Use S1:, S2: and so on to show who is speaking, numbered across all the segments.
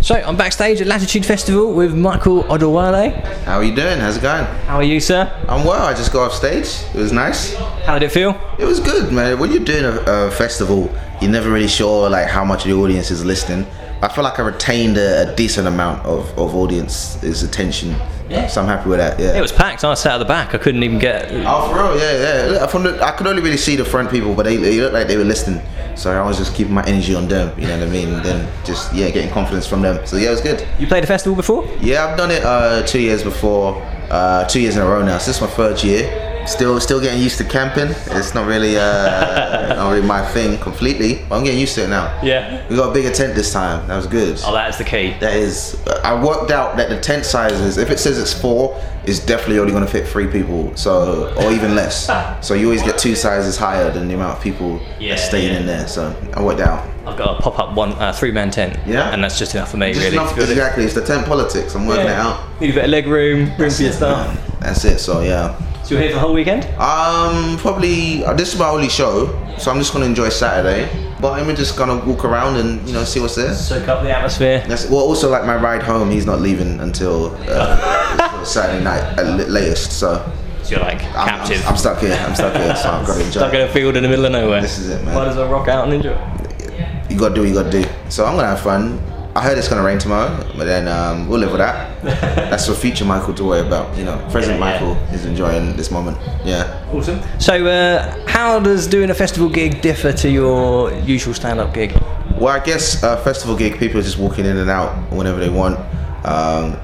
S1: So I'm backstage at Latitude Festival with Michael Odowale.
S2: How are you doing? How's it going?
S1: How are you, sir?
S2: I'm well. I just got off stage. It was nice.
S1: How did it feel?
S2: It was good, man. When you're doing a, a festival, you're never really sure like how much of the audience is listening. I feel like I retained a, a decent amount of, of audience's attention. So I'm happy with that. Yeah.
S1: It was packed. I sat at the back. I couldn't even get.
S2: Oh, for real? Yeah, yeah. Look, From the, I could only really see the front people, but they, they looked like they were listening. So I was just keeping my energy on them. You know what I mean? And then just yeah, getting confidence from them. So yeah, it was good.
S1: You played a festival before?
S2: Yeah, I've done it uh, two years before, uh, two years in a row now. So this is my third year. Still, still getting used to camping. It's not really, uh, not really my thing completely. But I'm getting used to it now.
S1: Yeah.
S2: We got a bigger tent this time. That was good.
S1: Oh, that's the key.
S2: That is, I worked out that the tent sizes, if it says it's four, is definitely only going to fit three people, so or even less. So you always get two sizes higher than the amount of people
S1: Yeah,
S2: that's staying
S1: yeah.
S2: in there. So I worked out.
S1: I've got a pop up one uh, three man tent.
S2: Yeah.
S1: And that's just enough for me,
S2: Just
S1: really.
S2: enough- exactly, it's the tent politics. I'm working it out.
S1: Need a bit of leg room, room for your stuff.
S2: That's it. So yeah.
S1: So you're here for the whole weekend?
S2: Um, probably uh, this is my only show, so I'm just gonna enjoy Saturday. But I'm just gonna walk around and you know see what's there.
S1: Soak up the atmosphere.
S2: That's well. Also, like my ride home, he's not leaving until uh, Saturday night at l- latest. So
S1: So you're like
S2: I'm, I'm-
S1: captive.
S2: I'm, stuck here. I'm stuck here. So I've got to enjoy.
S1: Stuck in a field in the middle of nowhere.
S2: This is it, man.
S1: Might as well rock out and enjoy.
S2: You gotta do what you gotta do. So I'm gonna have fun. I heard it's gonna rain tomorrow, but then um, we'll live with that. That's for future Michael to worry about. You know, present
S1: Yeah, yeah.
S2: Michael is enjoying this moment. Yeah.
S1: Awesome. So, uh, how does doing a festival gig differ to your usual stand-up gig?
S2: Well, I guess uh, festival gig, people are just walking in and out whenever they want. Um,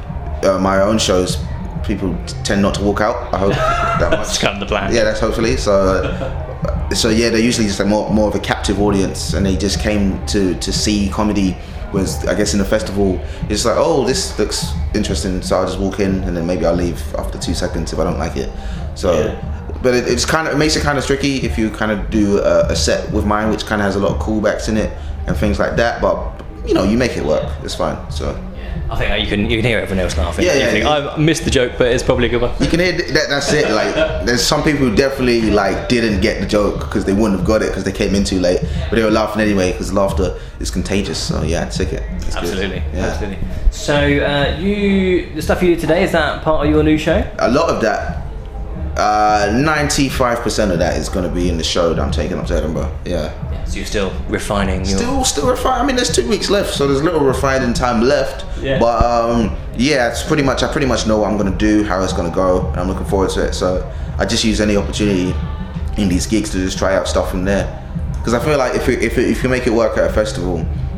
S2: uh, my own shows, people t- tend not to walk out. I hope that
S1: That's
S2: much.
S1: kind of the plan.
S2: Yeah, that's hopefully. So, uh, so yeah, they're usually just a more more of a captive audience, and they just came to to see comedy. Was I guess in the festival, it's like, oh, this looks interesting, so I'll just walk in, and then maybe I'll leave after two seconds if I don't like it. So. But it, it's kind of it makes it kind of tricky if you kind of do a, a set with mine, which kind of has a lot of callbacks in it and things like that. But you know, you make it work. It's fine. So
S1: I think uh, you can you can hear everyone else laughing.
S2: Yeah,
S1: you
S2: yeah,
S1: think,
S2: yeah.
S1: I missed the joke, but it's probably a good one.
S2: You can hear that. That's it. Like, there's some people who definitely like didn't get the joke because they wouldn't have got it because they came in too late, but they were laughing anyway because laughter is contagious. So yeah, I took it. It's good.
S1: Absolutely,
S2: Yeah.
S1: absolutely. So, uh, you the stuff you did today is that part of your new show?
S2: A lot of that, uh, 95% of that is going to be in the show that I'm taking up to Edinburgh. Yeah.
S1: So you're still refining your.
S2: Still, still refine. I mean, there's two weeks left, so there's little refining time left.
S1: Yeah.
S2: But um, yeah, it's pretty much. I pretty much know what I'm gonna do, how it's gonna go, and I'm looking forward to it. So I just use any opportunity in these gigs to just try out stuff from there, because I feel like if you, if, you- if you make it work at a festival,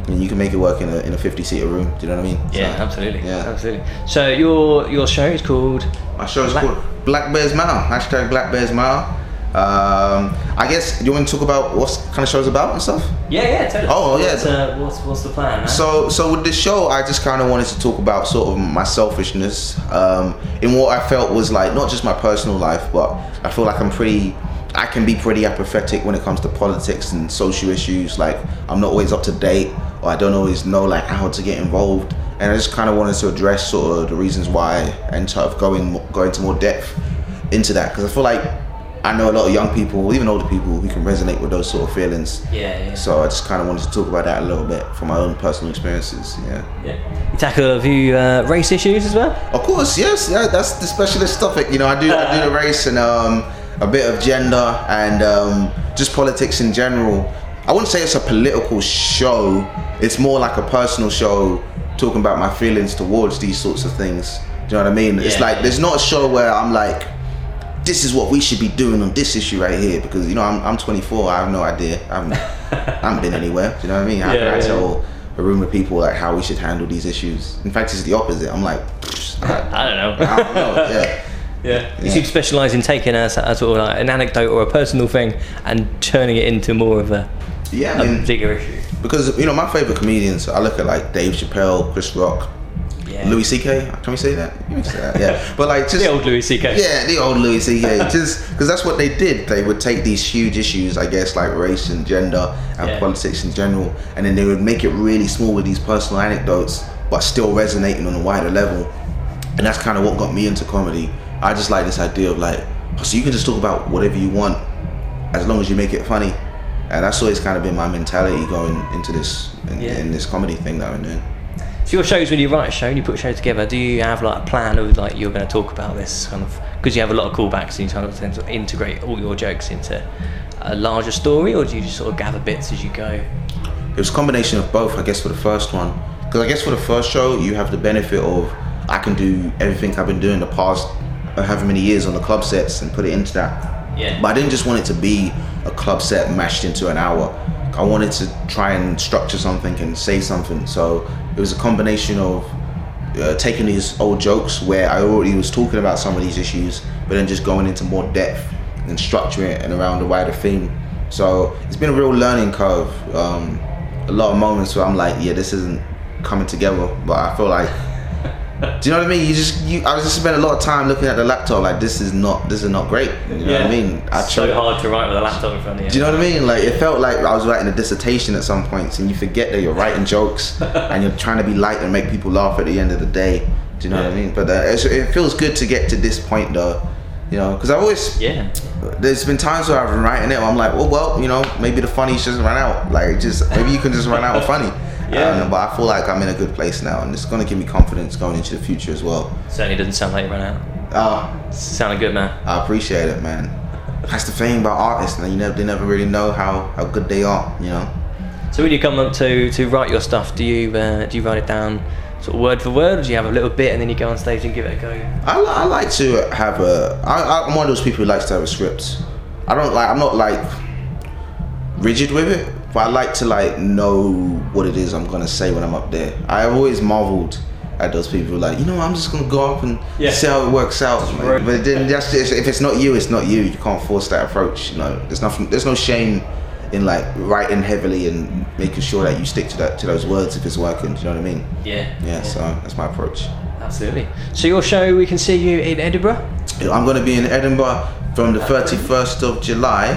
S2: then you can make it work in a in a 50 seater room. Do you know what I mean?
S1: yeah,
S2: So,
S1: absolutely.
S2: Yeah.
S1: absolutely. So your your show is called.
S2: My show is
S1: Black-
S2: called Black Bears Mile. Hashtag Black Bears Mile. Um, I guess you want to talk about what kind of show's about and stuff.
S1: Yeah, yeah. Tell us.
S2: Oh, yeah.
S1: What's, uh, what's what's the plan? man?
S2: So, so with the show, I just kind of wanted to talk about sort of my selfishness um, in what I felt was like not just my personal life, but I feel like I'm pretty. I can be pretty apathetic when it comes to politics and social issues. Like I'm not always up to date, or I don't always know like how to get involved. And I just kind of wanted to address sort of the reasons why and sort of go in go into more depth into that because I feel like I know a lot of young people, even older people, who can resonate with those sort of feelings.
S1: yeah, yeah.
S2: So I just kind of wanted to talk about that a little bit from my own personal experiences. Yeah.
S1: yeah. You tackle a few uh, race issues as well.
S2: Of course, yes. Yeah, that's the specialist topic. You know, I do I do the race and um, a bit of gender and um, just politics in general. I wouldn't say it's a political show. It's more like a personal show talking about my feelings towards these sorts of things. Do you know what I mean? It's
S1: Yeah.
S2: like there's not a show where I'm like, this is what we should be doing on this issue right here because you know I'm, I'm 24. I have no idea. I haven't, I haven't been anywhere. Do you know what I mean? How
S1: Yeah,
S2: can I
S1: yeah.
S2: tell a room of people like how we should handle these issues? In fact, it's the opposite. I'm like, I,
S1: I don't know.
S2: I don't know. Yeah.
S1: Yeah. You
S2: Yeah.
S1: seem to specialise in taking a, s- a sort of like an anecdote or a personal thing and turning it into more of a,
S2: Yeah,
S1: a
S2: I mean,
S1: bigger issue.
S2: because you know my favorite comedians. I look at like Dave Chappelle, Chris Rock,
S1: Yeah.
S2: Louis C.K. Can we say that? You can say that, Yeah, but like just
S1: The old Louis C.K.
S2: Yeah, the old Louis C.K. Just because that's what they did. They would take these huge issues, I guess, like race and gender and
S1: Yeah.
S2: politics in general, and then they would make it really small with these personal anecdotes, but still resonating on a wider level. And that's kind of what got me into comedy. I just like this idea of like, so you can just talk about whatever you want, as long as you make it funny. And that's always kind of been my mentality going into this in,
S1: Yeah.
S2: in this comedy thing that I'm doing.
S1: So your shows when you write a show and you put a show together, do you have like a plan of like you're going to talk about this kind of because you have a lot of callbacks and you sort of tend to integrate all your jokes into a larger story, or do you just sort of gather bits as you go?
S2: it was a combination of both i guess for the first one because i guess for the first show you have the benefit of i can do everything i've been doing the past however many years on the club sets and put it into that
S1: Yeah.
S2: but i didn't just want it to be a club set mashed into an hour i wanted to try and structure something and say something so it was a combination of uh, taking these old jokes where I already was talking about some of these issues, but then just going into more depth and structuring it and around a wider theme. So it's been a real learning curve. Um, a lot of moments where I'm like, yeah, this isn't coming together, but I feel like, do you know what I mean? You just, you, I just spent a lot of time looking at the laptop, like this is not, this is not great. You know what I mean? I
S1: It's so
S2: tried-
S1: hard to write with a laptop in front of you.
S2: do you know what I mean? Like it felt like I was writing a dissertation at some points, and you forget that you're writing jokes and you're trying to be light and make people laugh at the end of the day. Do you know what I mean? But uh, it's, it feels good to get to this point, though. You know, because I always
S1: yeah.
S2: there's been times where I've been writing it. Where I'm like, well, well, you know, maybe the funny just run out. Like, just maybe you can just run out of funny.
S1: Yeah.
S2: Um, but I feel like I'm in a good place now, and it's gonna give me confidence going into the future as well.
S1: Certainly doesn't sound like you run out.
S2: Uh,
S1: Sounded good, man.
S2: I appreciate it, man. That's the thing about artists, man. You never, they never really know how, how good they are, you know.
S1: So when you come up to to write your stuff, do you uh, do you write it down sort of word for word, or do you have a little bit and then you go on stage and give it a go?
S2: I, li- I like to have a. I, I'm one of those people who likes to have a script. I don't like. I'm not like rigid with it, but I like to like know what it is I'm gonna say when I'm up there. I've always marvelled at those people who are like, you know, I'm just gonna go up and
S1: Yeah.
S2: see how it works out. man."
S1: roll.
S2: But then that's just, if it's not you, it's not you. You can't force that approach. You know, there's nothing. There's no shame in like writing heavily and making sure that you stick to that to those words if it's working. Do you know what I mean?
S1: Yeah.
S2: Yeah. So that's my approach.
S1: Absolutely. So your show, we can see you in Edinburgh.
S2: I'm going to be in Edinburgh from the 31st of July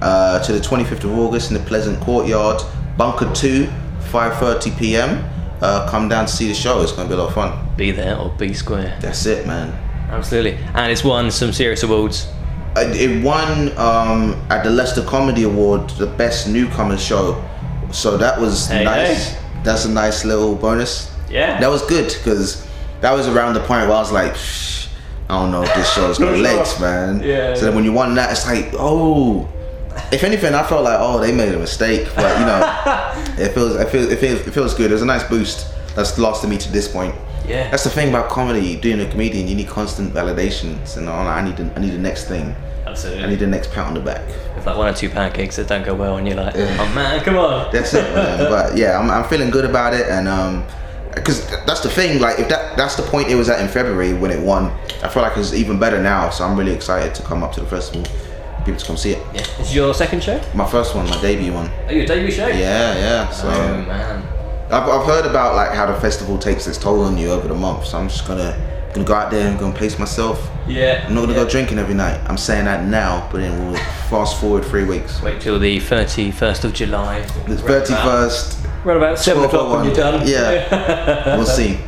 S2: uh, to the 25th of August in the Pleasant Courtyard, Bunker 2, 5:30 p.m. Uh, come down to see the show. It's going to be a lot of fun.
S1: Be there or be square.
S2: That's it, man.
S1: Absolutely. And it's won some serious awards.
S2: Uh, It won um, at the Leicester Comedy Award the best newcomer show, so that was
S1: Hey,
S2: nice.
S1: hey.
S2: That's a nice little bonus.
S1: Yeah.
S2: that was good because that was around the point where I was like, "Shh, I don't know if this show's got
S1: Not sure.
S2: legs, man.
S1: Yeah,
S2: So then
S1: yeah.
S2: when you won that, it's like, oh. If anything, I felt like, oh, they made a mistake, but you know, it feels, it feels, it feels, it feels good. It was a nice boost that's lasted me to this point.
S1: Yeah.
S2: That's the thing about comedy. Being a comedian, you need constant validations, and I'm like, I need, the, I need the next thing. I
S1: Absolutely.
S2: need the next pat on the back.
S1: With like one or two pancakes that don't go well, and you're like, oh man, come on.
S2: That's it, man. but yeah, I'm, I'm feeling good about it, and um, because that's the thing. Like, if that that's the point it was at in February when it won, I feel like it's even better now. So I'm really excited to come up to the festival, people to come see it.
S1: Yeah. This is your second show?
S2: My first one, my debut one.
S1: Oh, your debut show?
S2: Yeah, yeah. So
S1: Oh man.
S2: I've, I've heard about like how the festival takes its toll on you over the month. So I'm just gonna gonna go out there and gonna pace myself.
S1: Yeah.
S2: I'm not gonna
S1: yeah.
S2: go drinking every night. I'm saying that now, but then we'll fast forward three weeks.
S1: Wait till the 31st of July.
S2: The
S1: Round about-
S2: 31st.
S1: Round about 7 o'clock when
S2: 12:01.
S1: you're done.
S2: Yeah. we'll see.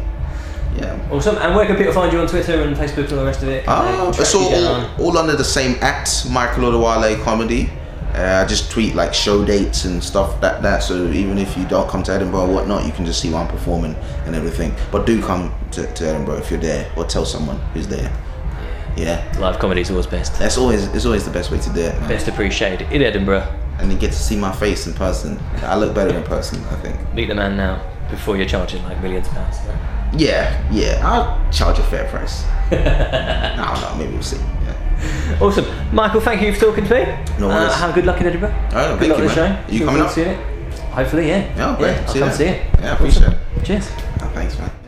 S2: Yeah.
S1: Awesome. And where can people find you on Twitter and Facebook and all the rest of it? Can they
S2: Uh,
S1: track
S2: it's
S1: you
S2: all,
S1: down?
S2: all under the same at Michael Odewale Comedy. Uh, I just tweet like show dates and stuff that that. So even if you don't come to Edinburgh or whatnot, you can just see where I'm performing and everything. But do come to, to Edinburgh if you're there, or tell someone who's there. Yeah,
S1: Live comedy's always best.
S2: that's always it's always the best way to do it. Man.
S1: Best appreciated in Edinburgh.
S2: And you get to see my face in person. I look better in person, I think.
S1: Meet the man now before you're charging like millions of pounds.
S2: Yeah, yeah. I'll charge a fair price. I don't know. Maybe we'll see. Yeah.
S1: Awesome, Michael. Thank you for talking to me.
S2: No worries.
S1: Uh, have good luck in Edinburgh.
S2: Oh,
S1: good
S2: thank
S1: luck
S2: you,
S1: with the show.
S2: man. Are you
S1: Looking
S2: coming
S1: forward
S2: up?
S1: to seeing it. Hopefully, yeah.
S2: Yeah, great.
S1: I'll
S2: see
S1: come
S2: you
S1: see
S2: then.
S1: it.
S2: Yeah, I appreciate it.
S1: Cheers.
S2: Oh, thanks, man.